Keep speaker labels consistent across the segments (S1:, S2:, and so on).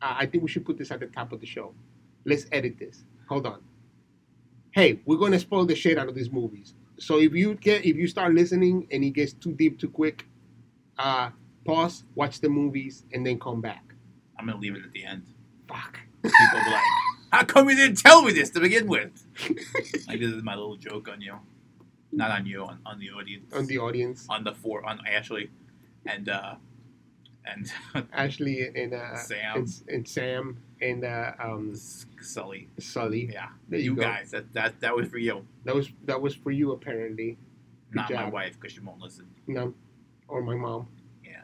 S1: uh, I think we should put this at the top of the show. Let's edit this. Hold on. Hey, we're going to spoil the shit out of these movies. So if you get if you start listening and it gets too deep too quick, uh, pause, watch the movies, and then come back.
S2: I'm gonna leave it at the end.
S1: Fuck.
S2: People will be like, how come you didn't tell me this to begin with? like this is my little joke on you, not on you, on, on the audience,
S1: On the audience,
S2: on the four, on Ashley, and uh, and
S1: Ashley and uh,
S2: Sam.
S1: and, and Sam and uh, um,
S2: Sully.
S1: Sully.
S2: Yeah,
S1: There you
S2: you,
S1: go.
S2: guys. That that that was for you,
S1: That was that was for you apparently. Good
S2: not my
S1: job.
S2: wife, because she won't listen.
S1: No, or my mom.
S2: Yeah.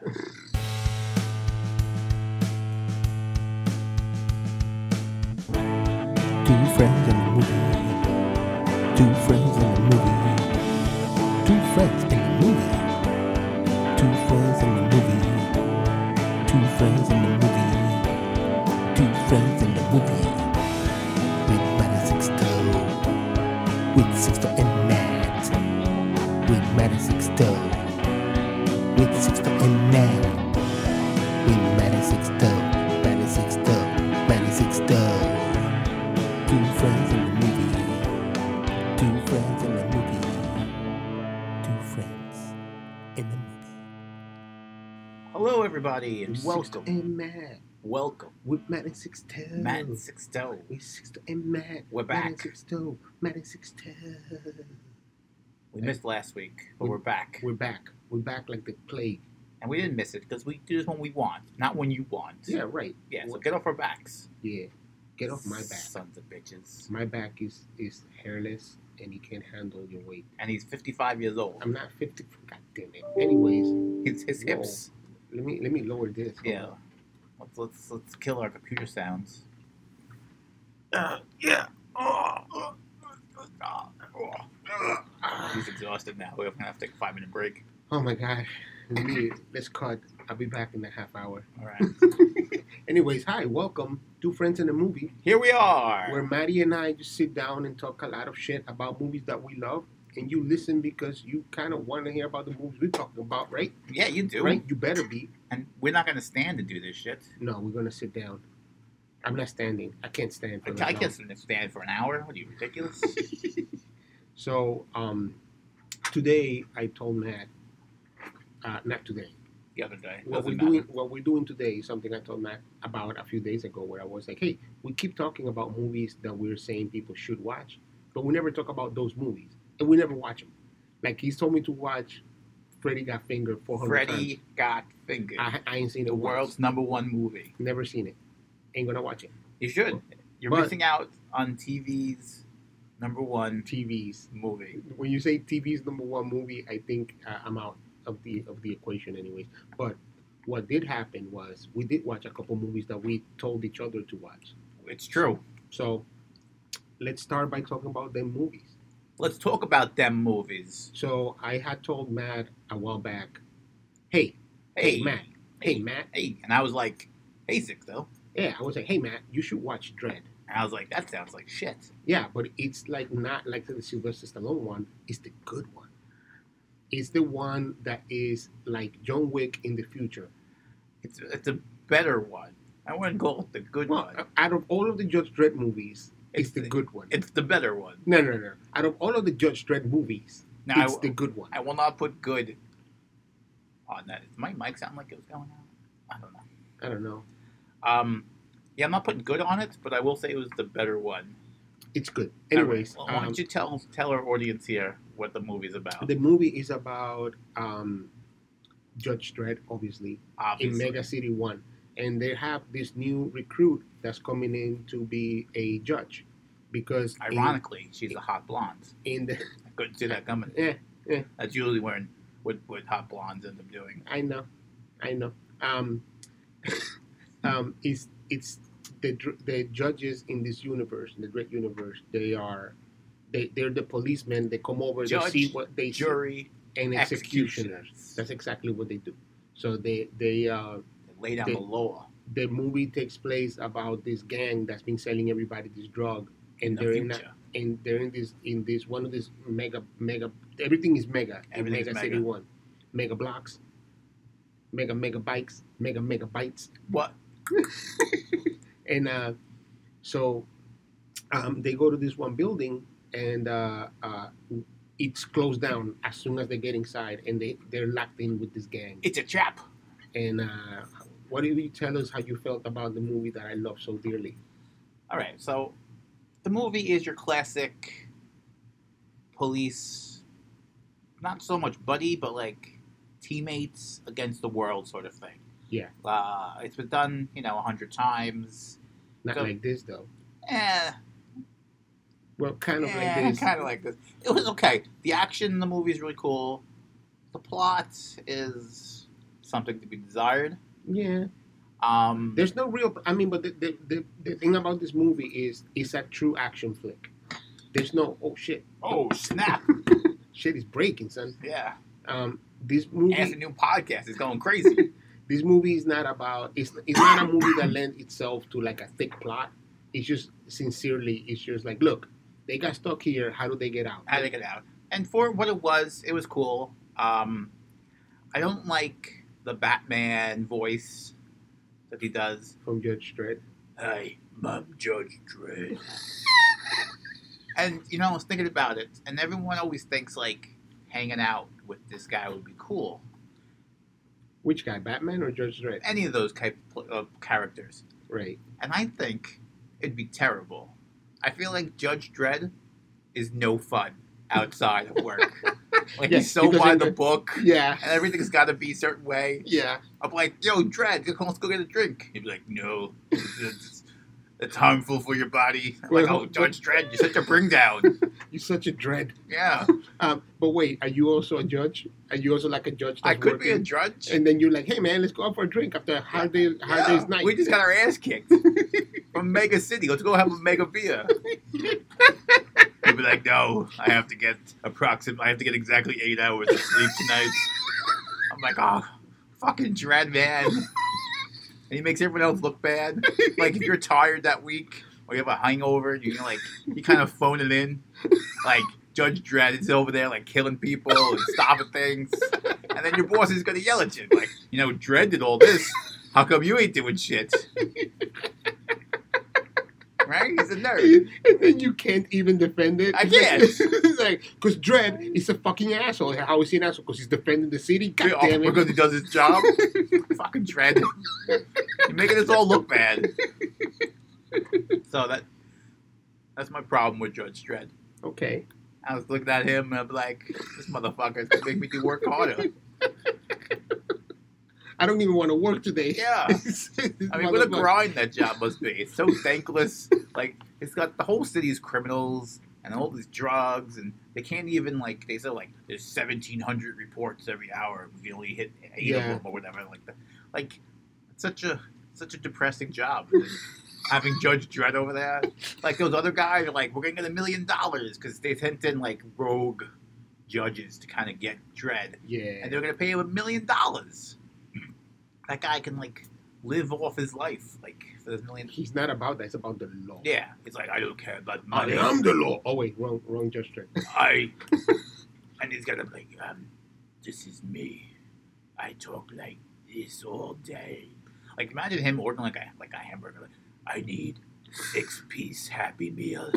S3: Two friends in a movie. Two friends in a movie. Two friends in a movie. Two friends in a movie. Two friends in a movie. Two friends in a movie. With Matt Sixto. With Sixto and Matt. With Matt Sixto. With Sixto and Matt. With Matt Sixto. Matt Sixto. Matt Sixto. Two friends in the movie. Two friends in the movie. Two friends in the movie.
S2: Hello, everybody, and
S1: Welcome,
S2: welcome,
S1: and Matt.
S2: welcome,
S1: With Matt and Sixto.
S2: Matt Sixto.
S1: With Sixto and Matt.
S2: We're
S1: Matt and
S2: back.
S1: Sixto. Matt and Sixto.
S2: We missed last week, but
S1: We-
S2: we're back,
S1: We're back. We're back like the plague.
S2: and we didn't miss it because we do this when we want, not when you want.
S1: Yeah, right.
S2: yeah. So get off our backs.
S1: Yeah. Get off my back.
S2: Sons of bitches.
S1: My back is is hairless and he can't handle your weight.
S2: And he's 55 years old.
S1: I'm not 50. God damn it. Anyways,
S2: His, his
S1: Whoa.
S2: hips.
S1: let me let me lower this. Hold
S2: Yeah.
S1: on.
S2: Let's, let's let's kill our computer sounds. Uh, yeah. Oh. He's exhausted now. We're gonna have to take a five minute break.
S1: Ah. Oh my god. Let me, let's cut. I'll be back in a half hour.
S2: All right.
S1: Anyways, hi, welcome. Two friends in a movie.
S2: Here we are.
S1: where Maddie and I just sit down and talk a lot of shit about movies that we love, and you listen because you kind of want to hear about the movies we're talking about, right?
S2: yeah, you do.
S1: Right? You better be.
S2: And we're not gonna stand to do this shit.
S1: No, we're gonna sit down. I'm not standing. I can't stand
S2: I,
S1: for that.
S2: I
S1: long.
S2: can't stand for an hour. What are you ridiculous?
S1: So um, today I told Matt, uh, not today.
S2: the other day.
S1: What we're
S2: Doesn't matter.
S1: doing, what we're doing today is something I told Matt about a few days ago, where I was like, "Hey, we keep talking about movies that we're saying people should watch, but we never talk about those movies, and we never watch them." Like he's told me to watch Freddy Got Fingered 400 times.
S2: Freddy got fingered.
S1: I, I ain't seen
S2: the
S1: it. once.
S2: world's number one movie.
S1: never seen it. Ain't gonna watch it.
S2: You should. You're
S1: But-
S2: missing out on TV's number one
S1: TVs.
S2: movie.
S1: When you say TV's number one movie, I think uh, I'm out of the of the equation, anyways. But what did happen was we did watch a couple movies that we told each other to watch.
S2: It's true.
S1: So let's start by talking about them movies.
S2: Let's talk about them movies.
S1: So I had told Matt a while back, hey, hey,
S2: Hey,
S1: Matt, hey, Matt,
S2: hey, and I was like, hey, six though,
S1: yeah, I was like, hey, Matt, you should watch Dread.
S2: and I was like, that sounds like shit.
S1: Yeah, but it's like not like the Sylvester Stallone one. It's the good one. It's the one that is like John Wick in the future.
S2: It's it's a better one. I wouldn't call it the good
S1: Well,
S2: one.
S1: out of all of the Judge Dredd movies, it's,
S2: It's
S1: the,
S2: the-
S1: good one.
S2: It's the better one.
S1: no, no, no. Out of all of the Judge Dredd movies,
S2: Now
S1: it's
S2: I,
S1: the good one.
S2: I will not put good on that. Does my mic sound like it was going out? I don't know.
S1: I don't know.
S2: Um, yeah, I'm not putting good on it, but I will say it was the better one.
S1: It's good. Anyways,
S2: All right. Well, why
S1: um,
S2: don't you tell tell our audience here what the movie's about?
S1: the movie is about um, Judge Dredd, obviously, in
S2: obviously.
S1: Mega City One, and they have this new recruit that's coming in to be a judge, because in-
S2: Ironically, she's a hot blonde.
S1: in the
S2: I couldn't see that coming.
S1: Yeah, yeah.
S2: That's usually when what what hot blondes end up doing.
S1: I know, I know. Um, um, it's it's the dr- the judges in this universe, in the great universe. They are, they they're the policemen. They come over,
S2: Judge,
S1: they see what they see,
S2: Jury
S1: and executioners.
S2: executioners.
S1: That's exactly what they do. So they they uh,
S2: Lay down
S1: they-
S2: the law.
S1: the movie takes place about this gang that's been selling everybody this drug, and
S2: the
S1: they're in that,
S2: future.
S1: and they're in this in this one of this mega mega. Everything is mega. in
S2: Everything's
S1: mega, City
S2: mega.
S1: One, mega blocks, mega mega bikes, mega mega bites.
S2: What?
S1: And uh, so um, they go to this one building, and uh, uh, it's closed down as soon as they get inside, and they they're locked in with this gang.
S2: It's a trap.
S1: And uh, what do you tell us how you felt about the movie that I love so dearly?
S2: All right, so the movie is your classic police, not so much buddy, but like teammates against the world sort of thing.
S1: Yeah.
S2: Uh, it's been done, you know, a hundred times.
S1: Not
S2: So-
S1: like this though.
S2: Eh,
S1: Well, kind of
S2: yeah,
S1: like this.
S2: kind of like this. It was okay. The action in the movie is really cool. The plot is something to be desired.
S1: Yeah.
S2: Um,
S1: There's no real. I mean, but the, the, the, the thing about this movie is it's a true action flick. There's no oh shit,
S2: oh snap!
S1: shit is breaking, son.
S2: yeah,
S1: Um, this movie,
S2: and it's a new podcast. It's going crazy.
S1: this movie is not about. It's it's not a movie that lends itself to like a thick plot. It's just sincerely, it's just like, look, they got stuck here. How do they get out?
S2: I think it out. And for what it was, it was cool. Um, I don't like the Batman voice that he does.
S1: From Judge Dredd.
S2: Hey, Mom, Judge Dredd. and you know, I was thinking about it, and everyone always thinks like hanging out with this guy would be cool.
S1: Which guy, Batman or Judge Dredd?
S2: Any of those type of characters,
S1: Right.
S2: and I think it'd be terrible. I feel like Judge Dredd is no fun outside of work. like
S1: Yes,
S2: he's so
S1: because
S2: by
S1: in
S2: the
S1: the-
S2: book,
S1: Yeah.
S2: and everything's got to be a certain way.
S1: Yeah.
S2: I'm like, yo, Dredd, come, let's go get a drink. He'd be like, no, it's, it's harmful for your body. I'm
S1: Wait,
S2: like, oh,
S1: hold-
S2: Judge Dredd, you're such a bring down.
S1: You're such a dread.
S2: yeah,
S1: Um, but wait, are you also a judge? Are you also like a judge?
S2: I
S1: that's
S2: could be a
S1: working?
S2: judge.
S1: And then you're like, hey man, let's go out for a drink after a hard day, hard
S2: Yeah,
S1: day's night.
S2: We just got our ass kicked from Mega City. Let's go have a mega beer. He'd be like, no, I have to get approximately, I have to get exactly eight hours of sleep tonight. I'm like, oh, fucking Dredd, man. And he makes everyone else look bad. Like, if you're tired that week or you have a hangover, you can, like, you kind of phone it in. Like, Judge Dredd is over there, like, killing people and stopping things. And then your boss is going to yell at you, like, you know, Dredd did all this. How come you ain't doing shit? right? He's a nerd.
S1: and then you can't even defend it.
S2: I
S1: It's like-
S2: can't.
S1: it's like, because Dredd is a fucking asshole. How is he an asshole? Because he's defending the city. God
S2: Oh,
S1: damn it.
S2: because he does his job. Fucking Dredd. You're making us all look bad. So that that's my problem with Judge Dredd.
S1: okay.
S2: I was looking at him and I'm like, this motherfucker's gonna make me do work harder.
S1: I don't even want to work today.
S2: Yeah.
S1: This
S2: I mean, what a
S1: motherfucker.
S2: grind that job must be. It's so thankless. Like, it's got the whole city's criminals and all these drugs, and they can't even, like, they say, like, there's 1,700 reports every hour. We can only hit eight of
S1: Yeah.
S2: them or whatever. Like, that. like it's such a such a depressing job. Having Judge Dredd over there. Like, those other guys are like, we're going to get a million dollars because they sent in, like, rogue judges to kind of get Dredd and
S1: Yeah.
S2: they're gonna pay him a million dollars. That guy can like live off his life, like for this million.
S1: He's not about that. It's about the law.
S2: Yeah, it's like I don't care
S1: I
S2: about money.
S1: am the law. Oh, wait. Wrong, wrong Judge Dredd.
S2: I and he's gonna be like, um, this is me. I talk like this all day. Like imagine him ordering like a like a hamburger. Like, I need six piece Happy Meal,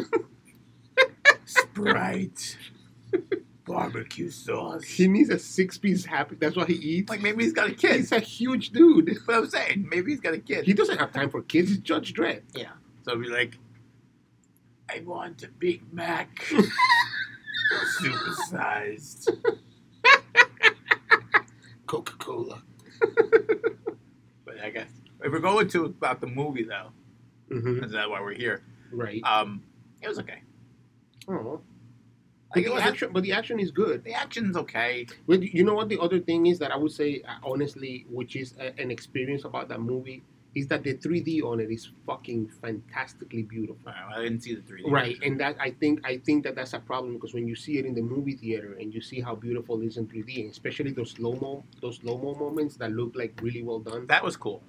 S2: Sprite, barbecue sauce.
S1: He needs a six piece happy. That's what he eats.
S2: Like maybe he's got a kid.
S1: he's a huge dude.
S2: But I'm saying maybe he's got a kid.
S1: He doesn't have time for kids. He's Judge Dredd.
S2: So I'd be like, I want a Big Mac, supersized.
S1: Coca Cola.
S2: But I guess if we're going to about the movie though,
S1: hmm
S2: is that why we're here?
S1: Right.
S2: Um, it was okay.
S1: Oh. But
S2: Like it
S1: the,
S2: wasn't,
S1: action, but the action is good.
S2: the action's okay.
S1: But you know what? The other thing is that I would say, uh, honestly, which is a, an experience about that movie, is that the 3D on it is fucking fantastically beautiful.
S2: All right, I didn't see the three.
S1: Right, and that I think I think that that's a problem because when you see it in the movie theater and you see how beautiful it is in 3D, and especially those slow mo, those slow mo moments that look like really well done.
S2: that was cool.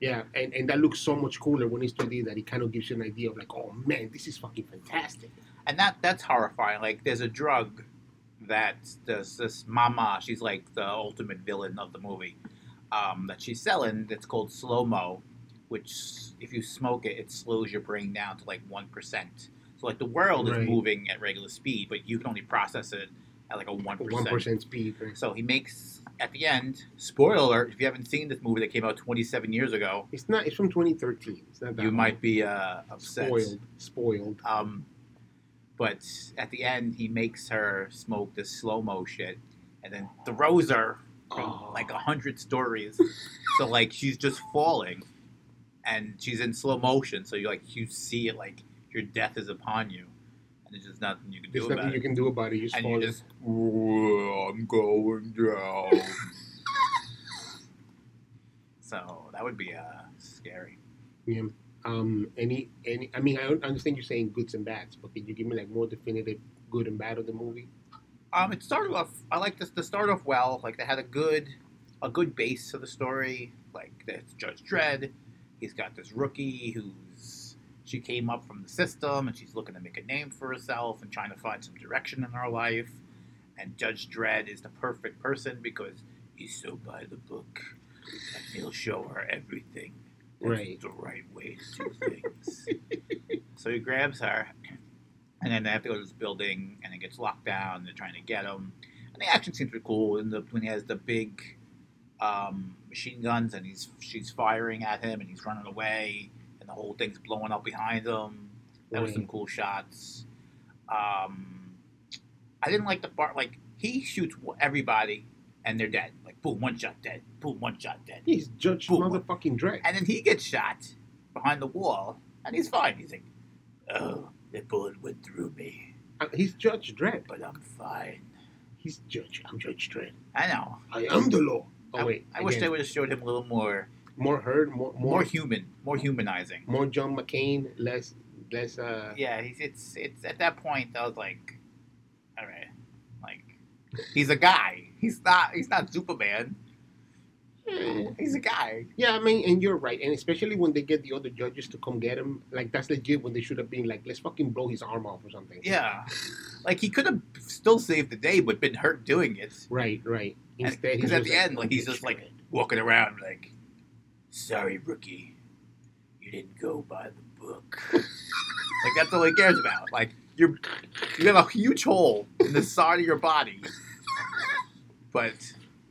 S1: Yeah, and, and that looks so much cooler when it's 3D that it kind of gives you an idea of like, oh man, this is fucking fantastic.
S2: and that that's horrifying. Like, there's a drug that this this mama, she's like the ultimate villain of the movie, um, that she's selling. That's called slow mo, which s- if you smoke it, it slows your brain down to like one percent. So like the world
S1: Right.
S2: is moving at regular speed, but you can only process it at like a one
S1: One
S2: percent.
S1: percent speed. right?
S2: So he makes at the end. Spoiler alert: If you haven't seen this movie that came out 27 years ago,
S1: It's not. It's from 2013. It's not that
S2: you
S1: old.
S2: might be uh, upset.
S1: spoiled. Spoiled.
S2: Um, but at the end, he makes her smoke this slow mo shit, and then throws her from
S1: Oh.
S2: like a hundred stories. so like she's just falling, and she's in slow motion. So you like you see it like your death is upon you, and there's just nothing you can do
S1: There's
S2: about
S1: nothing
S2: it.
S1: you can do about it. You just
S2: and
S1: fall.
S2: you just "Whoa, I'm going down. so that would be uh, scary.
S1: Yeah. Um, any, any. I mean, I don't understand you saying goods and bads, but can you give me like more definitive good and bad of the movie?
S2: Um, it started off. I like this. The start off well. Like they had a good, a good base to the story. Like it's Judge Dredd. He's got this rookie who's she came up from the system and she's looking to make a name for herself and trying to find some direction in her life. And Judge Dredd is the perfect person because he's so by the book, and he'll show her everything. That's
S1: Right.
S2: The right way to do things. so he grabs her, and then they have to go to this building, and it gets locked down. And they're trying to get him, and the action scenes are cool. And the, when he has the big um, machine guns, and he's she's firing at him, and he's running away, and the whole thing's blowing up behind him. That was
S1: Right.
S2: some cool shots. Um, I didn't like the part like he shoots everybody, and they're dead. Like boom, one shot dead. Boom, one shot dead.
S1: He's Judge
S2: Boom.
S1: motherfucking Dredd.
S2: And then he gets shot behind the wall, and he's fine. He's like, oh, the bullet went through me,
S1: Uh, He's Judge Dredd.
S2: but I'm fine.
S1: He's Judge. I'm Judge Dredd.
S2: I know.
S1: I am the law.
S2: I-
S1: Oh wait.
S2: I, wish they
S1: again.
S2: would have showed him a little more,
S1: more heard, more
S2: more,
S1: more
S2: human, more humanizing.
S1: more John McCain, less less. Uh,
S2: Yeah, he's, it's it's at that point I was like, all right, like he's a guy. He's not he's not Superman.
S1: eh.
S2: He's a guy.
S1: Yeah, I mean, and you're right, and especially when they get the other judges to come get him, like that's legit. When they should have been like, let's fucking blow his arm off or something.
S2: Yeah, like he could have still saved the day, but been hurt doing it.
S1: Right, right.
S2: And-
S1: Instead, he's
S2: 'cause at
S1: just
S2: the end, like, he's just like- walking around like, "Sorry, rookie, you didn't go by the book." like that's all he cares about. Like you're you got a huge hole in the side of your body, but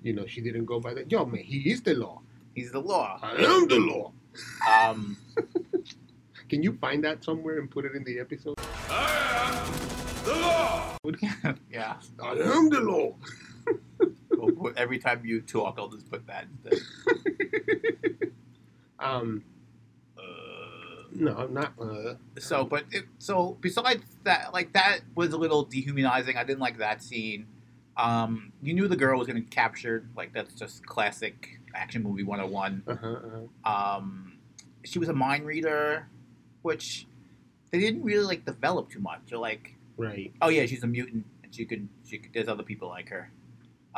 S1: you know, she didn't go by the. Yo, man, he is the law.
S2: he's the law.
S1: I am the law.
S2: Um,
S1: Can you find that somewhere and put it in the episode?
S2: yeah.
S1: I am the law.
S2: We'll put- Every time you talk, I'll just put that. instead.
S1: Um,
S2: Uh,
S1: no, I'm not. Uh,
S2: so, but it, so besides that, like that was a little dehumanizing. I didn't like that scene. Um, you knew the girl was going to be captured. Like that's just classic action movie 101.
S1: uh-huh, uh-huh.
S2: Um, she was a mind reader, which they didn't really like develop too much. They're like,
S1: Right.
S2: oh yeah, she's a mutant, and she can she could, there's other people like her.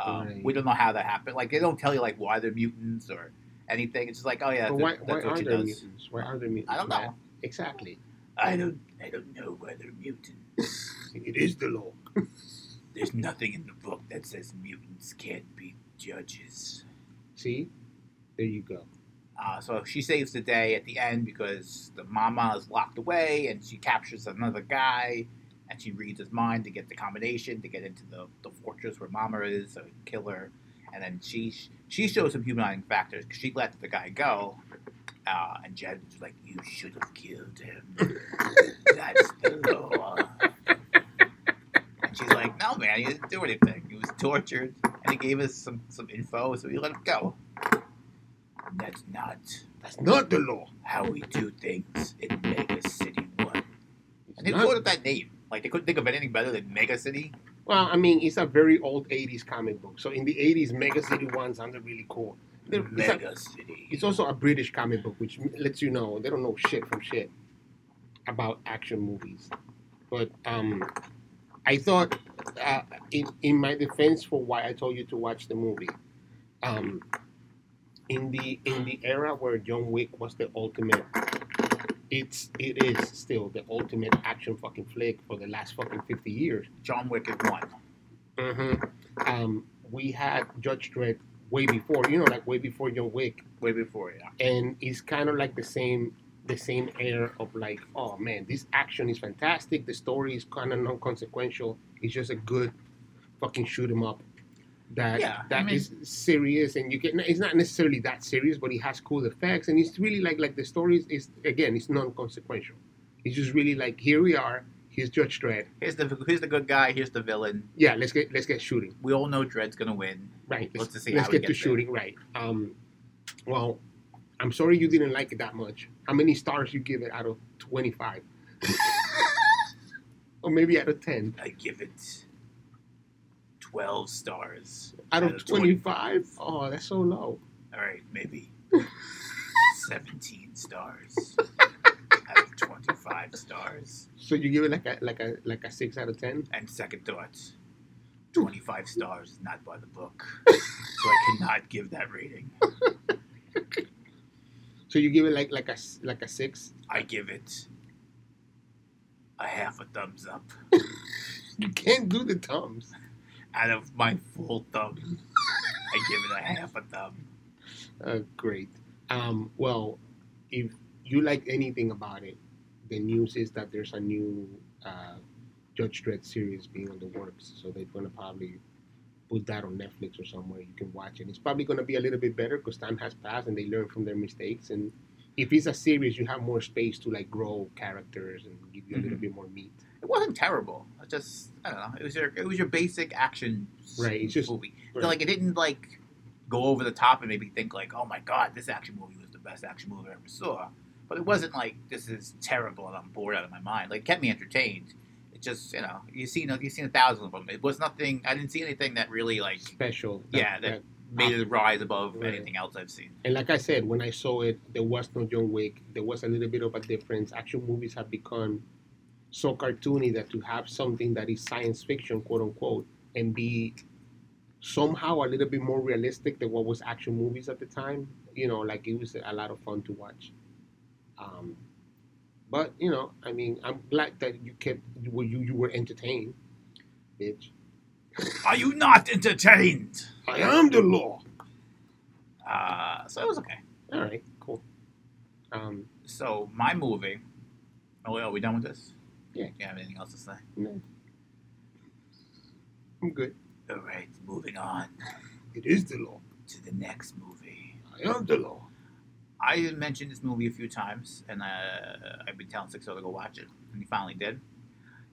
S2: Um,
S1: Right.
S2: We don't know how that happened. Like they don't tell you like why they're mutants or anything. It's just like, oh yeah,
S1: But
S2: that's,
S1: why?
S2: that's
S1: Why
S2: what
S1: are
S2: she
S1: there
S2: does.
S1: mutants? Why are there mutants?
S2: I don't know.
S1: Exactly.
S2: I don't I don't know why they're mutant.
S1: It is the law.
S2: There's nothing in the book that says mutants can't be judges.
S1: See, there you go.
S2: Uh, so she saves the day at the end because the mama is locked away and she captures another guy and she reads his mind to get the combination to get into the, the fortress where mama is, so he can kill her. And then she she shows some humanizing factors 'cause she let the guy go. Uh, and Jed's like, You should have killed him. That's the law. And she's like, No, man, he didn't do anything. He was tortured and he gave us some, some info, so we let him go. That's not
S1: That's not the law.
S2: how we do things in Mega City 1. And they
S1: Not-
S2: called it that name. Like, they couldn't think of anything better than Mega City.
S1: Well, I mean, it's a very old 80s comic book. So in the 80s, Mega City 1 sounded really cool. They're- It's, a-
S2: Mega City.
S1: it's also a British comic book, which lets you know they don't know shit from shit about action movies. But um, I thought, uh, in, in my defense for why I told you to watch the movie, um, in the in the era where John Wick was the ultimate, it's it is still the ultimate action fucking flick for the last fucking 50 years.
S2: John Wick is one.
S1: hmm Um, we had Judge Dredd way before, you know, like way before John Wick,
S2: way before, yeah.
S1: and it's kind of like the same the same air of like, oh man, this action is fantastic. The story is kind of non-consequential. It's just a good fucking shoot 'em up that
S2: Yeah, I
S1: that
S2: mean-
S1: is serious, and you can. It's not necessarily that serious, but it has cool effects, and it's really like like the story is, is again, it's non-consequential. It's just really like here we are. Here's Judge Dredd.
S2: Here's the here's the good guy. Here's the villain.
S1: Yeah, let's get let's get shooting.
S2: We all know Dredd's gonna win.
S1: Right.
S2: Let's just see
S1: let's
S2: how he
S1: get to
S2: gets there.
S1: shooting. Right. Um, well, I'm sorry you didn't like it that much. How many stars you give it out of 25? or maybe out of 10?
S2: I give it twelve stars
S1: Out
S2: Out
S1: of
S2: of 25?
S1: 25? Oh, that's so low.
S2: All right, maybe 17 stars out of 25 stars.
S1: So you give it like a like a like a six out of ten?
S2: And second thoughts, 25 stars is not by the book. So I cannot give that rating.
S1: So you give it like like a s- like a six?
S2: I give it a half a thumbs up
S1: You can't do the thumbs.
S2: out of my full thumb. I give it a half a thumb.
S1: Uh, great. Um, well, if you like anything about it, the news is that there's a new uh, Judge Dredd series being on the works. So they're going to probably put that on Netflix or somewhere you can watch it. It's probably going to be a little bit better because time has passed and they learn from their mistakes. And if it's a series, you have more space to like grow characters and give you a little
S2: Mhm.
S1: bit more meat.
S2: It wasn't terrible. It just I don't know. It was your it was your basic action
S1: Right, it's just-
S2: movie.
S1: Right.
S2: So like it didn't like go over the top and make me think like, oh my god, this action movie was the best action movie I ever saw. But it wasn't like this is terrible and I'm bored out of my mind. Like it kept me entertained. It just you know you've seen you've seen a thousand of them. It was nothing. I didn't see anything that really like
S1: Special. that-
S2: Yeah, that- made it rise above
S1: Ah. Right.
S2: anything else I've seen.
S1: And like I said, when I saw it, there was no John Wick. There was a little bit of a difference. Action movies have become so cartoony that to have something that is science fiction, quote unquote, and be somehow a little bit more realistic than what was action movies at the time, you know, like it was a lot of fun to watch. Um, but you know, I mean, I'm glad that you kept you were you, you were entertained, bitch.
S2: Are you not entertained?
S1: I am the law.
S2: Uh, so it was okay.
S1: All right, cool. Um,
S2: So my movie. Oh, are we done with this?
S1: Yeah.
S2: Do you have anything else to say?
S1: no. I'm good.
S2: All right, moving on
S1: It is the law.
S2: to the next movie.
S1: I am the law.
S2: I mentioned this movie a few times, and uh, I've been telling Sixo to go watch it, and he finally did.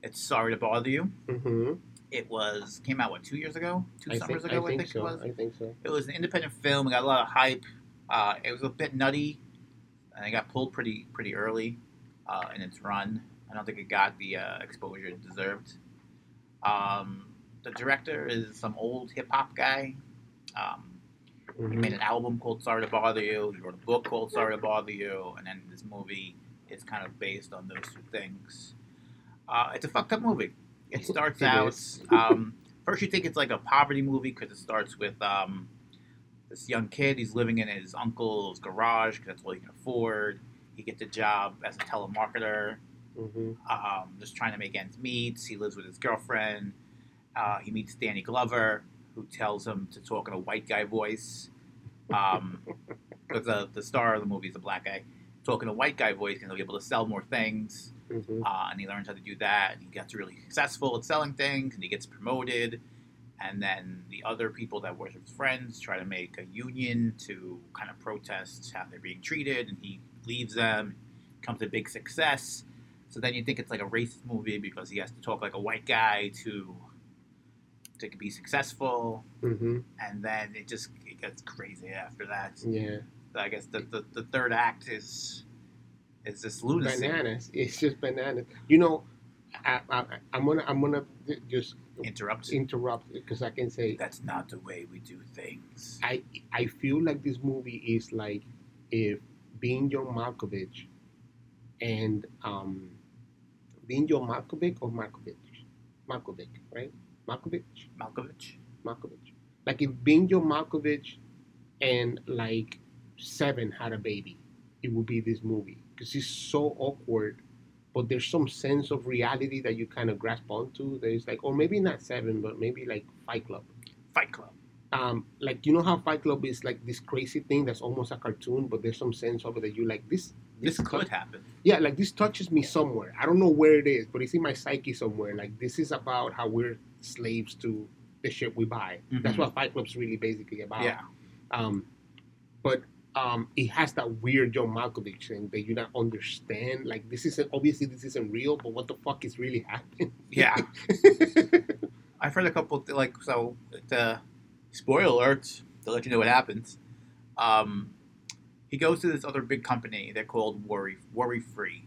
S2: It's Sorry to Bother You.
S1: Mm-hmm.
S2: It was came out what two years ago, two
S1: I
S2: summers
S1: think, I
S2: ago,
S1: think,
S2: it
S1: so.
S2: was.
S1: I think so.
S2: It was an independent film. It got a lot of hype. Uh, it was a bit nutty, and it got pulled pretty pretty early uh, in its run. I don't think it got the uh, exposure it deserved. Um, the director is some old hip hop guy. Um, He
S1: Mhm.
S2: made an album called Sorry to Bother You. He wrote a book called Sorry to Bother You, and then this movie is kind of based on those two things. Uh, it's a fucked up movie. It starts
S1: It
S2: out
S1: is.
S2: um, first you think it's like a poverty movie because it starts with um, this young kid. He's living in his uncle's garage because that's all he can afford. He gets a job as a telemarketer
S1: Mhm.
S2: um, just trying to make ends meet. He lives with his girlfriend. Uh, he meets Danny Glover, who tells him to talk in a white guy voice. Um, but the, the star of the movie is a black guy. Talk in a white guy voice, and he'll be able to sell more things.
S1: Mhm.
S2: Uh, and he learns how to do that. And he gets really successful at selling things, and he gets promoted. And then the other people that were his friends try to make a union to kind of protest how they're being treated, and he leaves them. Comes a big success. So then you think it's like a racist movie because he has to talk like a white guy to to be successful,
S1: Mhm.
S2: and then it just it gets crazy after that.
S1: Yeah.
S2: I guess the, the, the third act is is this lunacy.
S1: Bananas. It's just bananas. You know, I, I, I- I'm gonna I'm gonna d- just
S2: Interrupts.
S1: interrupt because I can say
S2: That's not the way we do things.
S1: I I feel like this movie is like if being John Malkovich and um being John Malkovich or Malkovich Malkovich right Malkovich
S2: Malkovich.
S1: Malkovich. Like if Bingo Malkovich and like Seven had a baby, it would be this movie because it's so awkward. But there's some sense of reality that you kind of grasp onto. That is like, or maybe not Seven, but maybe like Fight Club.
S2: Fight Club.
S1: um, like you know how Fight Club is like this crazy thing that's almost a cartoon, but there's some sense of it that you like this.
S2: This
S1: tou-
S2: could happen.
S1: yeah, like this touches me somewhere. I don't know where it is, but it's in my psyche somewhere. Like this is about how we're slaves to the shit we buy. That's
S2: Mhm.
S1: what Fight Club's really basically about.
S2: Yeah.
S1: Um, but um, it has that weird John Malkovich thing that you don't understand. Like this isn't obviously this isn't real, but what the fuck is really happening?
S2: Yeah. I've heard a couple, th- like, so, the spoiler alert to let you know what happens. Um, he goes to this other big company. They're called Worry Worry Free,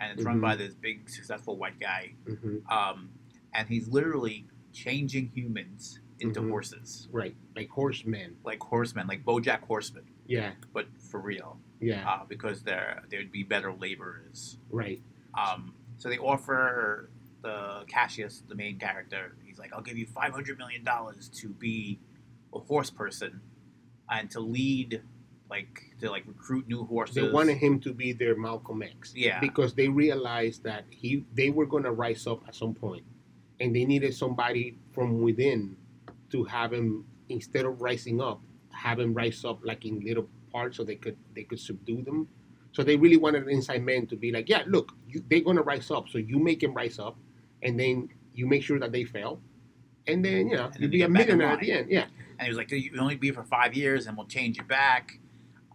S2: and it's run
S1: Mhm.
S2: by this big successful white guy.
S1: hmm
S2: Um, and he's literally changing humans into
S1: Mhm.
S2: horses,
S1: Right, like horsemen.
S2: like horsemen, like BoJack Horseman,
S1: Yeah,
S2: but for real,
S1: yeah,
S2: uh, because they're they'd be better laborers.
S1: right.
S2: Um, so they offer the Cassius, the main character, he's like, I'll give you five hundred million dollars to be a horse person and to lead like to like recruit new horses.
S1: They wanted him to be their Malcolm X.
S2: Yeah.
S1: Because they realized that he they were gonna rise up at some point, and they needed somebody from within to have him instead of rising up, have him rise up like in little parts so they could they could subdue them. So they really wanted an inside man to be like, yeah, look, you, they're gonna rise up, so you make them rise up, and then you make sure that they fail, and then you know
S2: then
S1: you
S2: they
S1: be a
S2: get back in
S1: millionaire at the
S2: line.
S1: end, yeah.
S2: And he was like, "You can only be here for five years, and we'll change you back."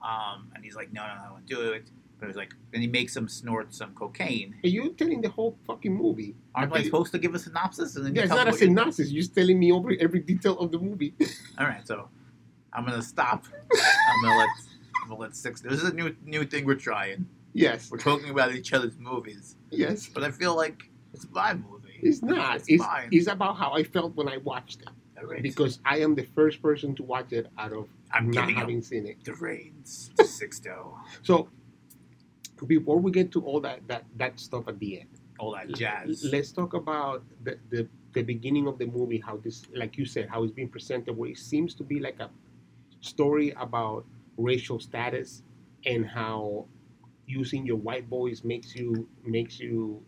S2: Um, and he's like, "No, no, no, I won't do it." But he's like, then he makes him snort some cocaine.
S1: Are you telling the whole fucking movie?
S2: Aren't I supposed to give a synopsis? And then
S1: Yeah,
S2: you
S1: it's
S2: tell
S1: not
S2: me
S1: a
S2: what you-
S1: synopsis. You're just telling me over every detail of the movie.
S2: All right, so I'm gonna stop. I'm gonna let I'm gonna let six. This is a new new thing we're trying.
S1: yes,
S2: We're talking about each other's movies,
S1: yes.
S2: but I feel like it's my movie.
S1: It's not.
S2: It's
S1: It's,
S2: mine.
S1: it's about how I felt when I watched it
S2: All right,
S1: because I am the first person to watch it out of
S2: I'm
S1: not
S2: giving up
S1: having seen it.
S2: the reins to Sixto.
S1: So before we get to all that that, that stuff at the end,
S2: All that jazz.
S1: let's talk about the, the the beginning of the movie. How this, like you said, how it's being presented, where it seems to be like a story about racial status and how using your white voice makes you makes you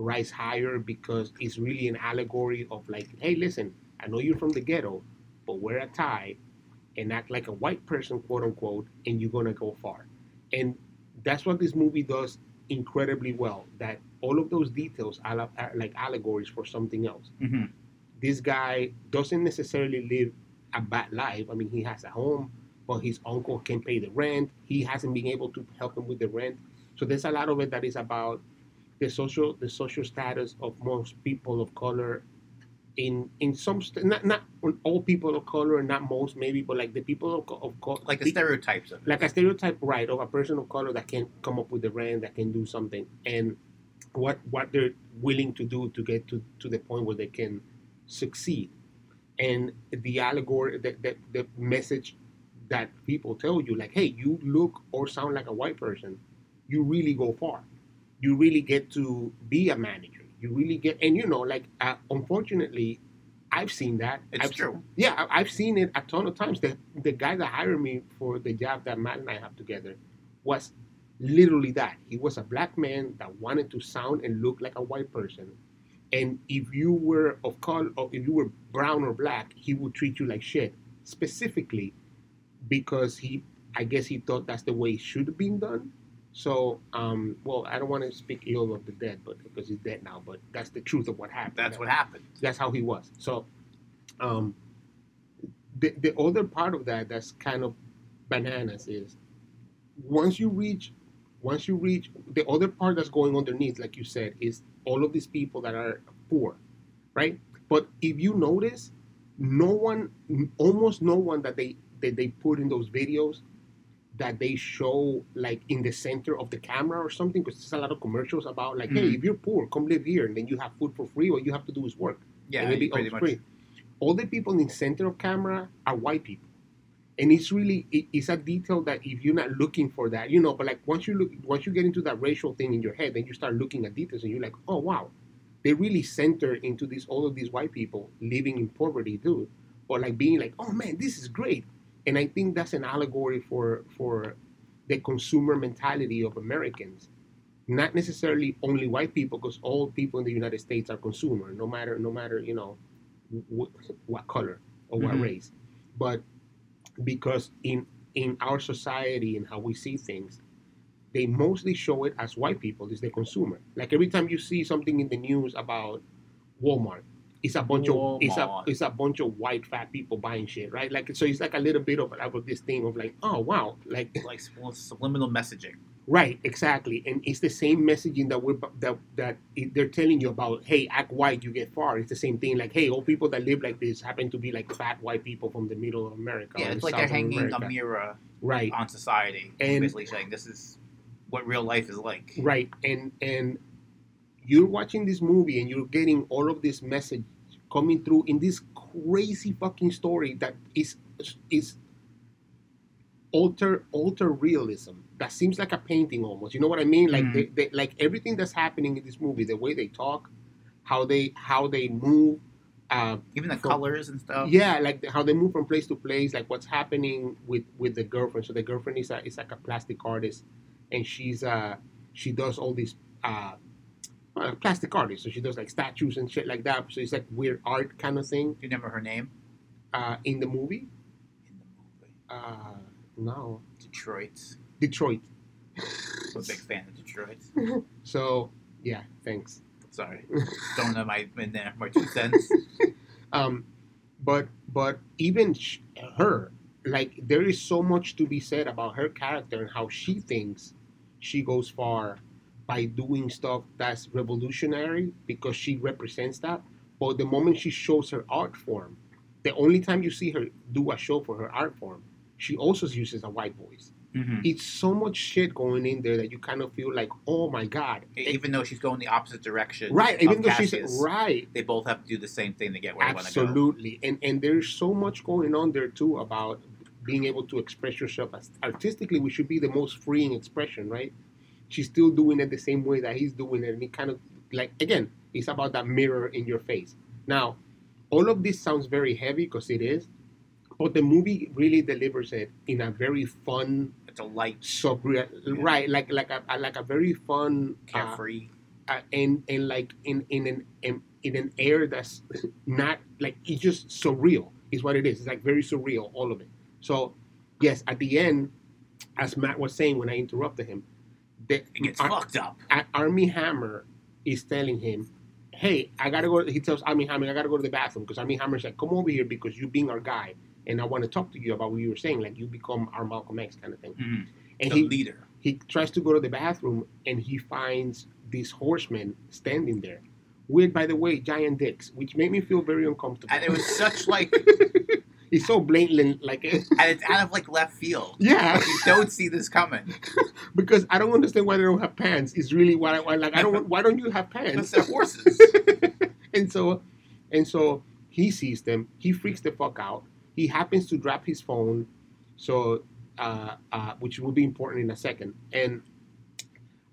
S1: rise higher because it's really an allegory of like, hey, listen, I know you're from the ghetto, but wear a tie and act like a white person, quote unquote, and you're gonna go far. And that's what this movie does incredibly well. That all of those details are like- are like allegories for something else
S2: hmm
S1: this guy doesn't necessarily live a bad life. I mean, he has a home, but his uncle can pay the rent. He hasn't been able to help him with the rent. So there's a lot of it that is about the social the social status of most people of color. In in some st- not not on all people of color, not most maybe, but like the people of, co- of color,
S2: Like the stereotypes of it.
S1: like a stereotype right of a person of color that can come up with the rent that can do something and what what they're willing to do to get to, to the point where they can succeed and the allegory the, the, the message that people tell you like hey you look or sound like a white person you really go far you really get to be a manager you really get and you know like uh, unfortunately i've seen that
S2: It's
S1: I've
S2: true.
S1: yeah, I- I've seen it a ton of times. The the guy that hired me for the job that Matt and I have together was literally that. He was a black man that wanted to sound and look like a white person. And if you were of color, or if you were brown or black, he would treat you like shit. Specifically, because he, I guess he thought that's the way it should have been done. So, um, well, I don't want to speak ill of the dead, but because he's dead now, but that's the truth of what happened.
S2: That's what happened.
S1: That's how he was. So, um, the the other part of that that's kind of bananas is once you reach, once you reach the other part that's going underneath, like you said, is all of these people that are poor, right? But if you notice, no one, almost no one that they that they put in those videos that they show like in the center of the camera or something because there's a lot of commercials about like hey
S2: Mhm.
S1: if you're poor come live here and then you have food for free all you have to do is work
S2: Yeah,
S1: and it
S2: pretty
S1: becomes
S2: much.
S1: free. All the people in center of camera are white people, and it's really it, it's a detail that if you're not looking for that, you know. But like once you look, once you get into that racial thing in your head, then you start looking at details, and you're like, oh wow, they really center into this all of these white people living in poverty, dude, or like being like, oh man, this is great. And I think that's an allegory for for the consumer mentality of Americans not necessarily only white people, because all people in the United States are consumer, no matter no matter you know wh- what color or what
S2: Mhm.
S1: race. but because in in our society and how we see things, they mostly show it as white people is the consumer. Like every time you see something in the news about Walmart, it's a bunch of it's a
S2: Walmart.
S1: it's a bunch of white fat people buying shit, right? Like so, it's like a little bit of of this thing of like, oh wow, like
S2: Like well, subliminal messaging.
S1: Right, exactly, and it's the same messaging that we're that that it- they're telling you about. Hey, act white, you get far. It's the same thing. Like, hey, all people that live like this happen to be like fat white people from the middle of America.
S2: Yeah,
S1: or
S2: it's
S1: the
S2: like
S1: south
S2: they're
S1: of
S2: hanging
S1: America.
S2: a mirror
S1: Right,
S2: on society,
S1: And-
S2: basically saying this is what real life is like.
S1: right, and and you're watching this movie and you're getting all of this message coming through in this crazy fucking story that is is alter alter realism that seems like a painting almost you know what i mean like
S2: Mm.
S1: they, they, like everything that's happening in this movie the way they talk how they how they move uh,
S2: Even the
S1: For-
S2: colors and stuff.
S1: yeah like the, how they move from place to place like what's happening with with the girlfriend so the girlfriend is a, is like a plastic artist and she's uh she does all these uh uh, plastic artist so she does like statues and shit like that so it's like weird art kind of thing
S2: Do you remember her name
S1: uh in the movie
S2: in the movie?
S1: uh no
S2: Detroit.
S1: detroit
S2: I'm a big fan of Detroit.
S1: so yeah thanks
S2: Sorry, don't know my in there my two cents.
S1: um but but even sh- her like there is so much to be said about her character and how she thinks she goes far by doing stuff that's revolutionary because she represents that but the moment she shows her art form the only time you see her do a show for her art form she also uses a white voice
S2: Mhm.
S1: it's so much shit going in there that you kind of feel like oh my god
S2: E- Even though she's going the opposite direction,
S1: right
S2: of
S1: even though she's
S2: Cassius,
S1: right
S2: they both have to do the same thing to get where they want to go.
S1: absolutely and and there's so much going on there too about being able to express yourself as artistically which should be the most freeing expression right she's still doing it the same way that he's doing it and it kind of like again it's about that mirror in your face now all of this sounds very heavy because it is but the movie really delivers it in a very fun
S2: It's a light,
S1: subreal right like like a like a very fun uh,
S2: carefree.
S1: uh, and and like in in an in, in an air that's not like it's just surreal is what it is. It's like very surreal, all of it. So yes, at the end, as Matt was saying when I interrupted him, that
S2: it gets
S1: Ar-
S2: fucked up.
S1: Ar- Army Hammer is telling him, "Hey, I gotta go." He tells Army Hammer, "I gotta go to the bathroom," because Army Hammer's like, "Come over here because you being our guy, and I want to talk to you about what you were saying. Like you become our Malcolm X kind of thing."
S2: Mhm.
S1: And
S2: the
S1: he
S2: leader.
S1: he tries to go to the bathroom and he finds this horseman standing there with by the way giant dicks which made me feel very uncomfortable
S2: And it was such like,
S1: it's so blatant like
S2: and it's out of like left field.
S1: yeah
S2: You don't see this coming.
S1: because i don't understand why they don't have pants is really what i why, like i don't why don't you have
S2: It's
S1: pants
S2: the horses.
S1: and so and so he sees them he freaks the fuck out he happens to drop his phone so uh, uh, which will be important in a second and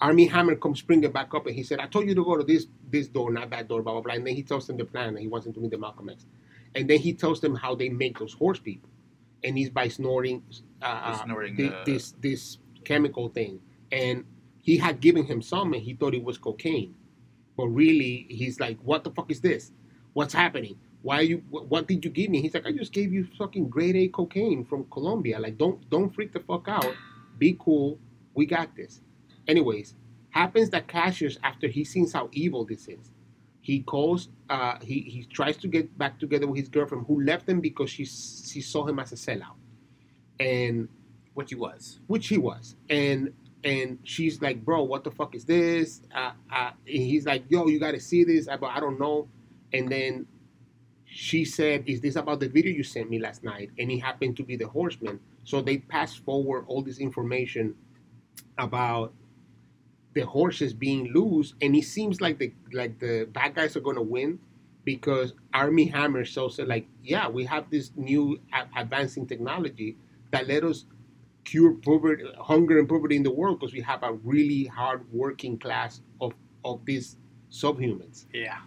S1: army hammer comes bring it back up and he said i told you to go to this this door not that door blah blah blah and then he tells them the plan and he wants them to meet the malcolm x and then he tells them how they make those horse people and he's by snorting uh, uh,
S2: snorting
S1: thi-
S2: the-
S1: this this chemical thing and he had given him some and he thought it was cocaine but really he's like what the fuck is this what's happening why you wh- what did you give me he's like i just gave you fucking grade a cocaine from colombia like don't don't freak the fuck out be cool we got this anyways happens that cassius after he sees how evil this is he calls uh he he tries to get back together with his girlfriend who left him because she s- she saw him as a sellout and
S2: What he was.
S1: which he was and and she's like bro what the fuck is this uh, uh, and he's like yo you gotta see this I- but i don't know and then she said is this about the video you sent me last night and he happened to be the horseman so they passed forward all this information about the horses being loose and it seems like the like the bad guys are gonna win because army hammer shows it like yeah we have this new a- advancing technology that let us cure poverty, hunger and poverty in the world because we have a really hard working class of of these subhumans
S2: Yeah.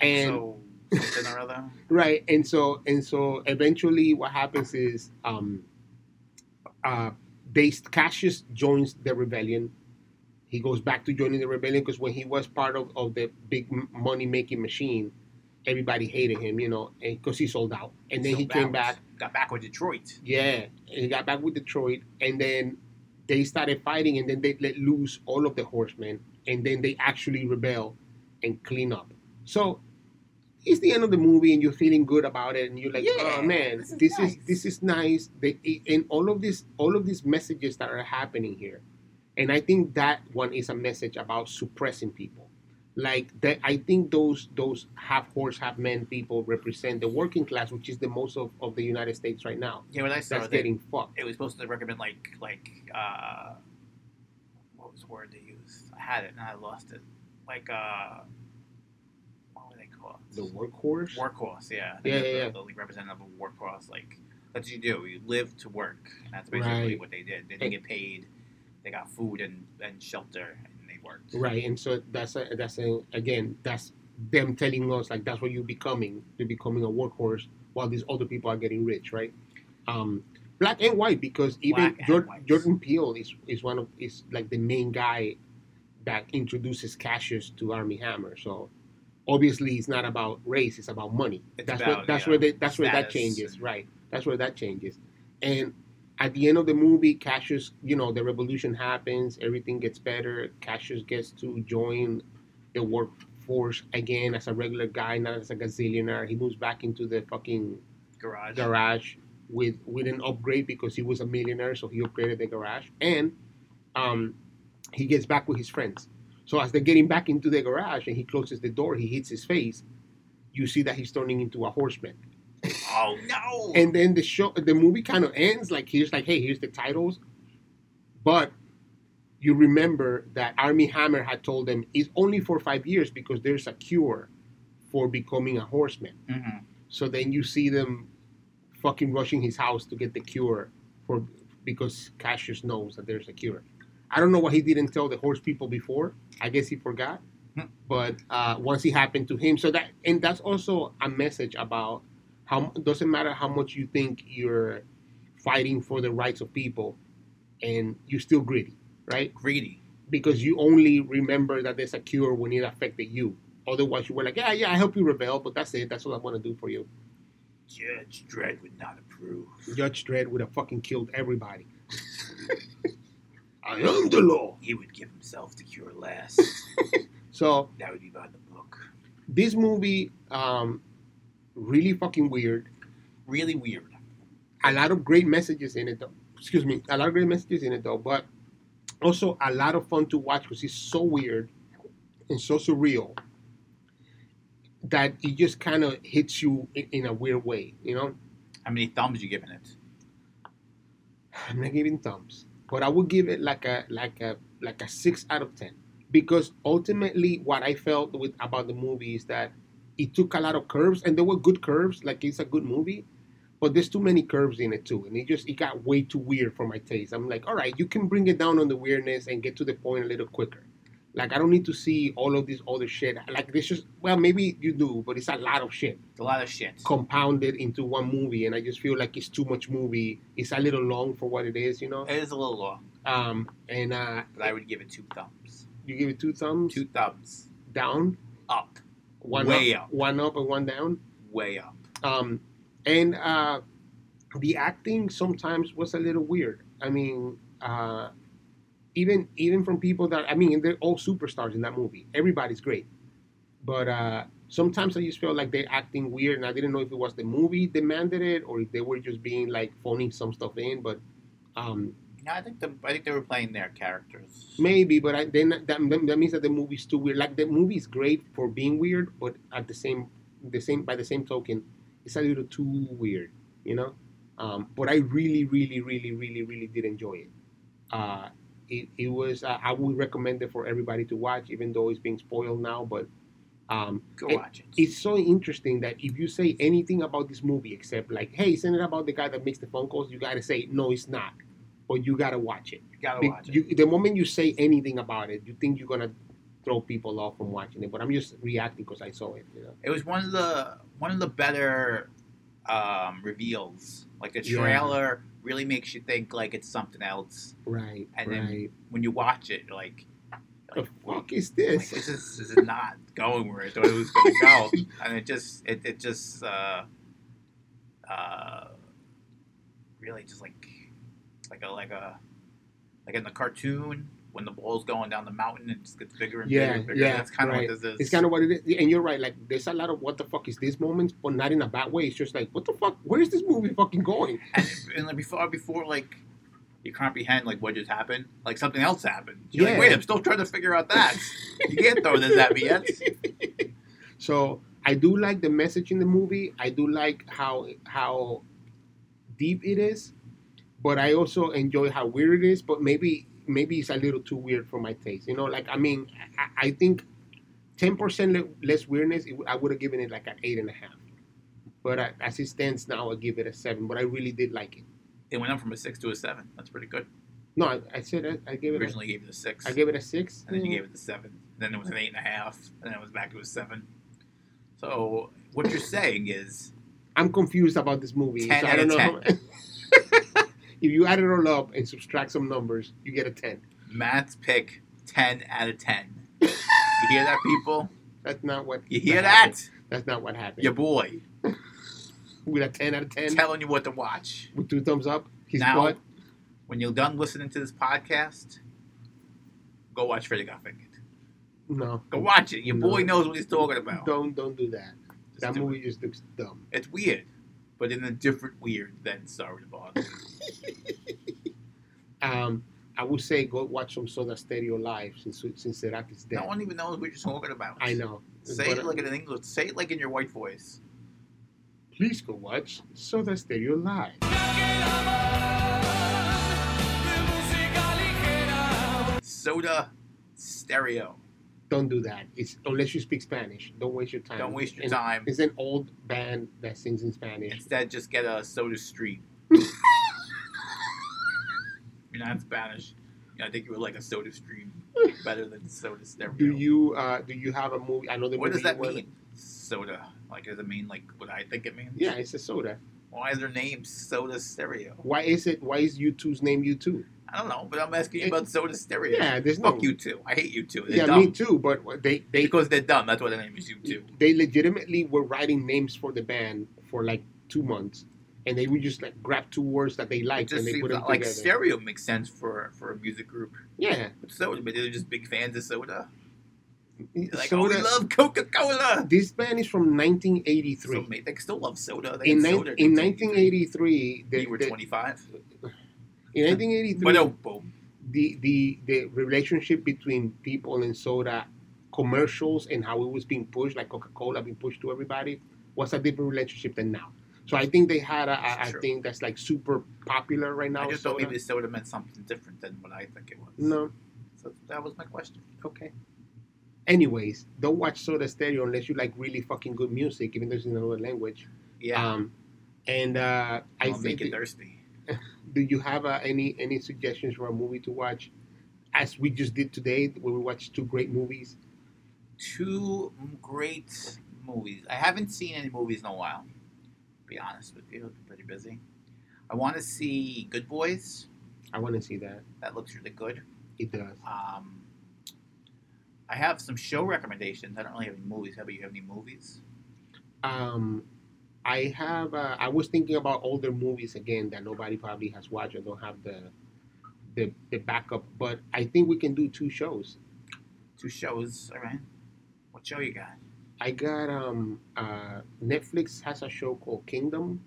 S1: and
S2: so something or other.
S1: right and so and so eventually what happens is um uh they cassius joins the rebellion he goes back to joining the rebellion because when he was part of, of the big money making machine everybody hated him, you know, because he sold out. And then
S2: So
S1: he came back.
S2: Dallas Got back with Detroit.
S1: Yeah, and he got back with Detroit, and then they started fighting, and then they let loose all of the horsemen, and then they actually rebel and clean up. So it's the end of the movie, and you're feeling good about it, and you're like,
S2: Yeah,
S1: oh man,
S2: this
S1: this
S2: is
S1: is
S2: nice."
S1: this is nice. They and all of this, all of these messages that are happening here, and I think that one is a message about suppressing people. Like that, I think those those half horse, half men people represent the working class, which is the most of, of the United States right now
S2: Yeah, when I saw
S1: that's
S2: that,
S1: getting fucked.
S2: it was supposed to recommend like like uh, what was the word they used? I had it and I lost it. Like uh, what were they called?
S1: The workhorse.
S2: Workhorse, yeah.
S1: Yeah, yeah, yeah.
S2: The, the representative of workhorse, like that's what you do. You live to work. And that's basically
S1: Right.
S2: what they did. They didn't get paid. They got food and, and shelter, and they worked.
S1: Right, and so that's a, that's a, again that's them telling us like that's what you're becoming. You're becoming a workhorse while these other people are getting rich, right? Um, black and white because even
S2: Black and
S1: Jor-
S2: whites.
S1: Jordan Peele is is one of is like the main guy that introduces Cassius to Army Hammer. So obviously it's not about race; it's about money.
S2: It's
S1: that's
S2: about,
S1: where that's
S2: yeah,
S1: where they, that's where that
S2: status
S1: changes,
S2: and-
S1: right? That's where that changes, and at the end of the movie, Cassius, you know, the revolution happens, everything gets better. Cassius gets to join the workforce again as a regular guy, not as a gazillionaire. He moves back into the fucking
S2: Garage.
S1: garage with with an upgrade because he was a millionaire, so he upgraded the garage, and um, he gets back with his friends. So as they're getting back into the garage and he closes the door, he hits his face. You see that he's turning into a horseman.
S2: Oh no!
S1: And then the show, the movie kind of ends like here's like, hey, here's the titles, but you remember that Army Hammer had told them it's only for five years because there's a cure for becoming a horseman.
S2: hmm
S1: So then you see them fucking rushing his house to get the cure for because Cassius knows that there's a cure. I don't know why he didn't tell the horse people before. I guess he forgot.
S2: Hmm.
S1: But uh, once it happened to him, so that and that's also a message about how doesn't matter how much you think you're fighting for the rights of people, and you're still greedy, right?
S2: Greedy.
S1: because you only remember that there's a cure when it affected you. Otherwise, you were like, yeah, yeah, I help you rebel, but that's it. That's all I'm gonna do for you.
S2: Judge Dredd would not approve.
S1: Judge Dredd would have fucking killed everybody. I am the law.
S2: He would give himself the cure last.
S1: So
S2: that would be by the book.
S1: this movie, um, really fucking weird.
S2: Really weird.
S1: A lot of great messages in it, though. Excuse me, a lot of great messages in it, though. But also a lot of fun to watch because it's so weird and so surreal that it just kind of hits you in, in a weird way, you know.
S2: How many thumbs you giving it?
S1: I'm not giving thumbs, but I would give it like a like a like a six out of ten because ultimately what I felt with about the movie is that it took a lot of curves and there were good curves. Like it's a good movie, but there's too many curves in it too, and it just it got way too weird for my taste. I'm like, all right, you can bring it down on the weirdness and get to the point a little quicker. Like I don't need to see all of this other shit. Like this just well maybe you do, but it's a lot of shit
S2: It's a lot of shit.
S1: compounded into one movie, and I just feel like it's too much movie. It's a little long for what it is, you know.
S2: It is a little long,
S1: Um, and uh,
S2: but I would give it two thumbs.
S1: you give it two thumbs
S2: Two thumbs.
S1: down,
S2: Up.
S1: one
S2: Way
S1: up,
S2: up.
S1: one up, and one down.
S2: Way up.
S1: Um, and uh, the acting sometimes was a little weird. I mean, uh, even even from people that I mean, and they're all superstars in that movie. Everybody's great, but uh, sometimes I just felt like they're acting weird, and I didn't know if it was the movie demanded it or if they were just being like phoning some stuff in. But um,
S2: No, I think the, I think they were playing their characters.
S1: Maybe, but I, then that, that that means that the movie's too weird. Like the movie is great for being weird, but at the same the same by the same token, it's a little too weird, you know. Um, but I really, really, really, really, really did enjoy it. Uh, it it was uh, I would recommend it for everybody to watch, even though it's being spoiled now. But um,
S2: Go
S1: it-
S2: watch it.
S1: it's so interesting that if you say anything about this movie except like, "Hey, isn't it about the guy that makes the phone calls?" You gotta say, "No, it's not," or you gotta watch it.
S2: You gotta
S1: Be-
S2: watch it.
S1: you, the moment you say anything about it, you think you're gonna throw people off from watching it. But I'm just reacting because I saw it. You know?
S2: It was one of the one of the better um, reveals. Like the
S1: Yeah.
S2: trailer really makes you think like it's something else.
S1: Right.
S2: And then-
S1: right.
S2: When you watch it, like you're
S1: the
S2: Like,
S1: fuck is
S2: like,
S1: this?
S2: this is, this is not going where I thought it was going to go, and it just it, it just uh, uh, really just like like a like a like in the cartoon when the ball's going down the mountain and it just gets bigger and
S1: Yeah,
S2: bigger and bigger.
S1: yeah,
S2: That's kind of
S1: right.
S2: what this is.
S1: It's kind of what it is, and you're right. Like, there's a lot of "what the fuck is this" moments, but not in a bad way. It's just like, what the fuck? Where is this movie fucking going?
S2: and, and like before before like you comprehend like what just happened, like something else happened. You're
S1: Yeah.
S2: like, wait, I'm still trying to figure out that. you can't throw this at me yet.
S1: So I do like the message in the movie. I do like how how deep it is, but I also enjoy how weird it is. But maybe maybe it's a little too weird for my taste. You know, like I mean, I, I think ten percent less weirdness, it, w- I would have given it like an eight and a half. But I, as it stands now, I give it a seven. But I really did like it.
S2: It went up from a six to a seven. That's pretty good.
S1: No, I, I said I, I gave it. A,
S2: Originally gave it a six.
S1: I gave it a six.
S2: and then you gave it the seven. Then it was an eight and a half, and then it was back to a seven. So what you're saying is
S1: I'm confused about this movie.
S2: 10
S1: so I
S2: out
S1: don't
S2: of
S1: know. how- if you add it all up and subtract some numbers, you get a ten.
S2: Matt's pick ten out of ten. you hear that, people?
S1: That's not what.
S2: You hear
S1: what
S2: that?
S1: happened. That's not what happened.
S2: Your boy
S1: With a ten out of ten,
S2: telling you what to watch.
S1: with two thumbs up. He's
S2: now,
S1: what?
S2: when you're done listening to this podcast, go watch Freddy Got Fingered.
S1: No,
S2: Go watch it. Your boy
S1: No.
S2: knows what he's talking about.
S1: don't don't do that.
S2: Just
S1: that
S2: do it.
S1: movie just looks dumb.
S2: It's weird, but in a different weird than Sorry to Bother.
S1: Um, I would say go watch some Soda Stereo live since since Serac is dead.
S2: no one even knows what you're talking about.
S1: I know.
S2: Say
S1: But, uh,
S2: it like in an English. Say it like in your white voice.
S1: Please go watch Soda Stereo live.
S2: Soda stereo.
S1: Don't do that. It's unless you speak Spanish. Don't waste your time.
S2: Don't waste your
S1: And
S2: time.
S1: It's an old band that sings in Spanish.
S2: Instead, just get a soda street. You're not Spanish. I think you would like a soda stream better than soda stereo.
S1: Do you uh, do you have a movie? I know the
S2: What
S1: movie
S2: does that
S1: you wanna-
S2: mean? Soda. Like, does it mean like what I think it means?
S1: Yeah, it's a soda.
S2: Why is their name Soda Stereo?
S1: Why is it? Why is U2's name U2?
S2: I don't know, but I'm asking you
S1: It-
S2: about Soda Stereo.
S1: Yeah, there's no.
S2: Fuck you two. I hate you two. They're
S1: yeah,
S2: dumb.
S1: me too. But they they
S2: Because they're dumb. That's why their name is you two.
S1: they legitimately were writing names for the band for like two months, and they would just like grab two words that they
S2: It
S1: liked
S2: just
S1: and they
S2: seems
S1: put them
S2: like, like
S1: together.
S2: stereo makes sense for for a music group.
S1: yeah,
S2: But soda, but they're just big fans of soda. They're like, oh,
S1: soda.
S2: we love Coca Cola.
S1: this band is from 1983.
S2: So mate, they still love soda. They
S1: in,
S2: had
S1: nin-
S2: soda
S1: in
S2: 1983.
S1: 1983, the,
S2: We were
S1: the-
S2: 25.
S1: in 1983,
S2: But oh, boom.
S1: the, the the relationship between people and soda commercials and how it was being pushed, like Coca Cola being pushed to everybody, was a different relationship than now. So I think they had a, a,
S2: That's
S1: a
S2: true.
S1: thing that's like super popular right now.
S2: I just
S1: soda.
S2: thought maybe soda meant something different than what I think it was.
S1: no.
S2: So that was my question. Okay.
S1: Anyways, don't watch Soda Stereo unless you like really fucking good music, even though it's in another language.
S2: Yeah.
S1: Um, and uh, I
S2: I'll
S1: think,
S2: make you thirsty.
S1: do you have uh, any any suggestions for a movie to watch? As we just did today, where we watched two great movies.
S2: two great movies. I haven't seen any movies in a while. To be honest with you, I've been pretty busy. I want to see Good Boys.
S1: I want to see that.
S2: That looks really good.
S1: It does.
S2: Um, I have some show recommendations. I don't really have any movies. How about you have any movies?
S1: Um, I have. Uh, I was thinking about older movies again that nobody probably has watched or don't have the the the backup. But I think we can do two shows.
S2: Two shows. All right. What show you got?
S1: I got um uh Netflix has a show called Kingdom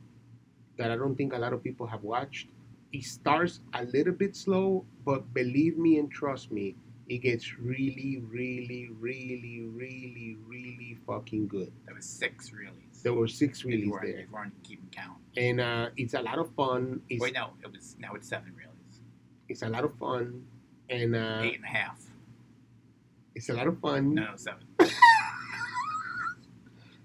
S1: that I don't think a lot of people have watched. It starts a little bit slow, but believe me and trust me, it gets really, really, really, really, really fucking good.
S2: That was six, really.
S1: There were six
S2: If you
S1: reels
S2: weren't-
S1: there,
S2: If you weren't keeping count.
S1: and uh, it's a lot of fun. It's,
S2: Wait, no. It was now it's seven, really.
S1: it's a lot of fun, and uh,
S2: Eight and a half.
S1: it's a lot of fun.
S2: No, no, seven.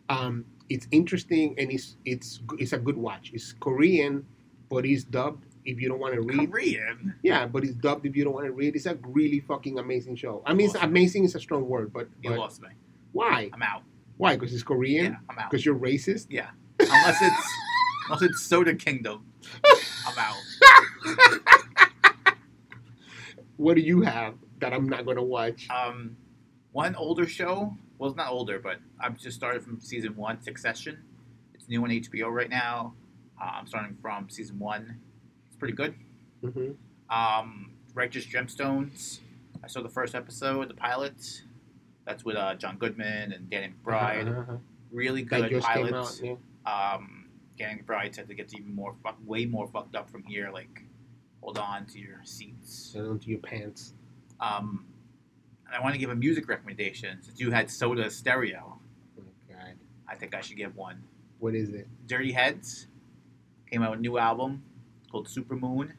S1: Um, it's interesting and it's it's g- it's a good watch. It's Korean, but it's dubbed if you don't want to read.
S2: Korean.
S1: Yeah, but it's dubbed if you don't want to read. It's a really fucking amazing show. I mean, it's
S2: Awesome.
S1: amazing is a strong word, but,
S2: You
S1: but
S2: lost me.
S1: why?
S2: I'm out.
S1: Why? Because it's Korean?
S2: Yeah, I'm out.
S1: Because you're racist?
S2: Yeah. Unless it's unless it's Soda Kingdom. I'm out.
S1: What do you have? that I'm not gonna watch.
S2: Um, one older show. Well, it's not older, but I've just started from season one, Succession. It's new on HBO right now. Uh, I'm starting from season one. It's pretty good.
S1: Mhm.
S2: Um, Righteous Gemstones. I saw the first episode, the pilot. That's with uh, John Goodman and Danny McBride.
S1: Uh-huh.
S2: Really
S1: That
S2: good
S1: just
S2: pilot.
S1: came out. Yeah.
S2: um, getting Bride said it gets even more fuck, way more fucked up from here. Like, hold on to your seats.
S1: Send them to your pants.
S2: Um, and I want to give a music recommendation since you had Soda Stereo.
S1: Oh my God,
S2: I think I should give one.
S1: what is it?
S2: Dirty Heads came out with a new album called Supermoon.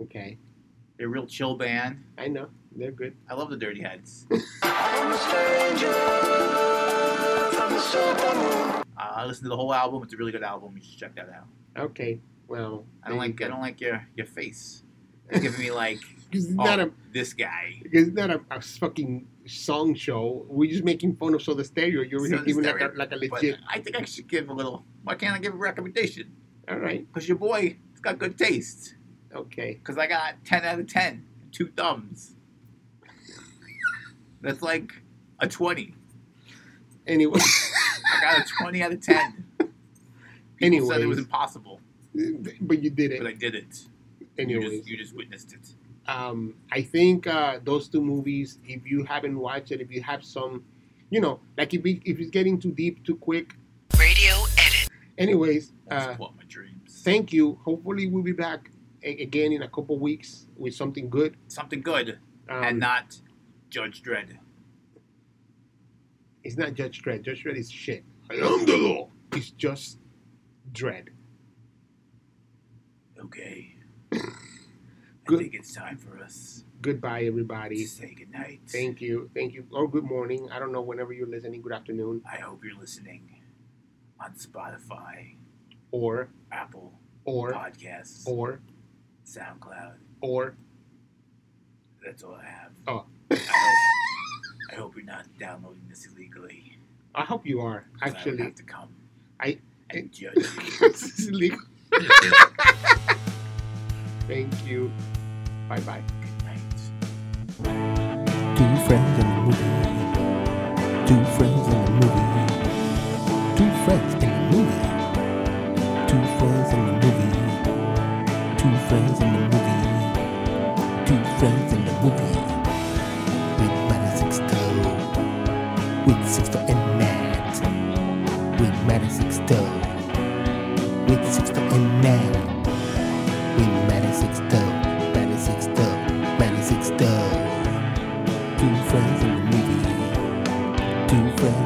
S1: Okay,
S2: They're a real chill band.
S1: I know they're good.
S2: I love the Dirty Heads. Uh, I listened to the whole album. It's a really good album. You should check that out.
S1: Okay, well,
S2: I don't
S1: there you
S2: like I
S1: go.
S2: don't like your your face. It's giving me like
S1: 'Cause it's
S2: oh,
S1: not a
S2: this guy.
S1: it's not a, a fucking song show. We're just making fun of Soda Stereo. You're
S2: Soda
S1: giving like a
S2: Stereo,
S1: like a
S2: But
S1: legit.
S2: I think I should give a little. Why can't I give a recommendation?
S1: All right,
S2: Because your boy, it's got good taste.
S1: okay.
S2: Because I got 10 out of 10, two thumbs. That's like a 20.
S1: Anyway,
S2: I got a 20 out of 10. People said it was
S1: Anyways.
S2: impossible,
S1: but you did it.
S2: but I did it. You
S1: Anyways,
S2: just, you just witnessed it.
S1: um, I think uh, those two movies. If you haven't watched it, if you have some, you know, like if it, if it's getting too deep too quick.
S4: Radio edit.
S1: Anyways,
S2: Almost
S1: uh,
S2: caught my dreams.
S1: thank you. Hopefully, we'll be back a- again in a couple weeks with something good.
S2: Something good,
S1: Um,
S2: and not Judge Dredd.
S1: It's not Judge Dredd. Judge Dredd is shit. I am the law. It's just Dredd.
S2: Okay. I
S1: Good.
S2: think it's time for us
S1: Goodbye,
S2: to
S1: everybody.
S2: say goodnight.
S1: Thank you. Thank you. Or good morning. I don't know whenever you're listening. Good afternoon.
S2: I hope you're listening on Spotify,
S1: Or,
S2: Apple
S1: or,
S2: Podcasts,
S1: or,
S2: SoundCloud.
S1: or.
S2: That's all I have.
S1: Oh.
S2: I, hope, I hope you're not downloading this illegally.
S1: I hope you are,
S2: 'cause I would
S1: actually.
S2: have to come.
S1: I-
S2: and judge you.
S1: This is legal. Thank you. Bye bye.
S2: Good night.
S3: Two friends in a movie. Two friends in a movie. Two friends in a movie. Two friends in a movie. Two friends in a movie. Two friends in a movie. With Matty Sixto. With Sixto and Matt. With Matty Sixto. With Sixto and Matt. With Matty Sixto. Matty Sixto. Matty Sixto. Two friends in a movie. Two friends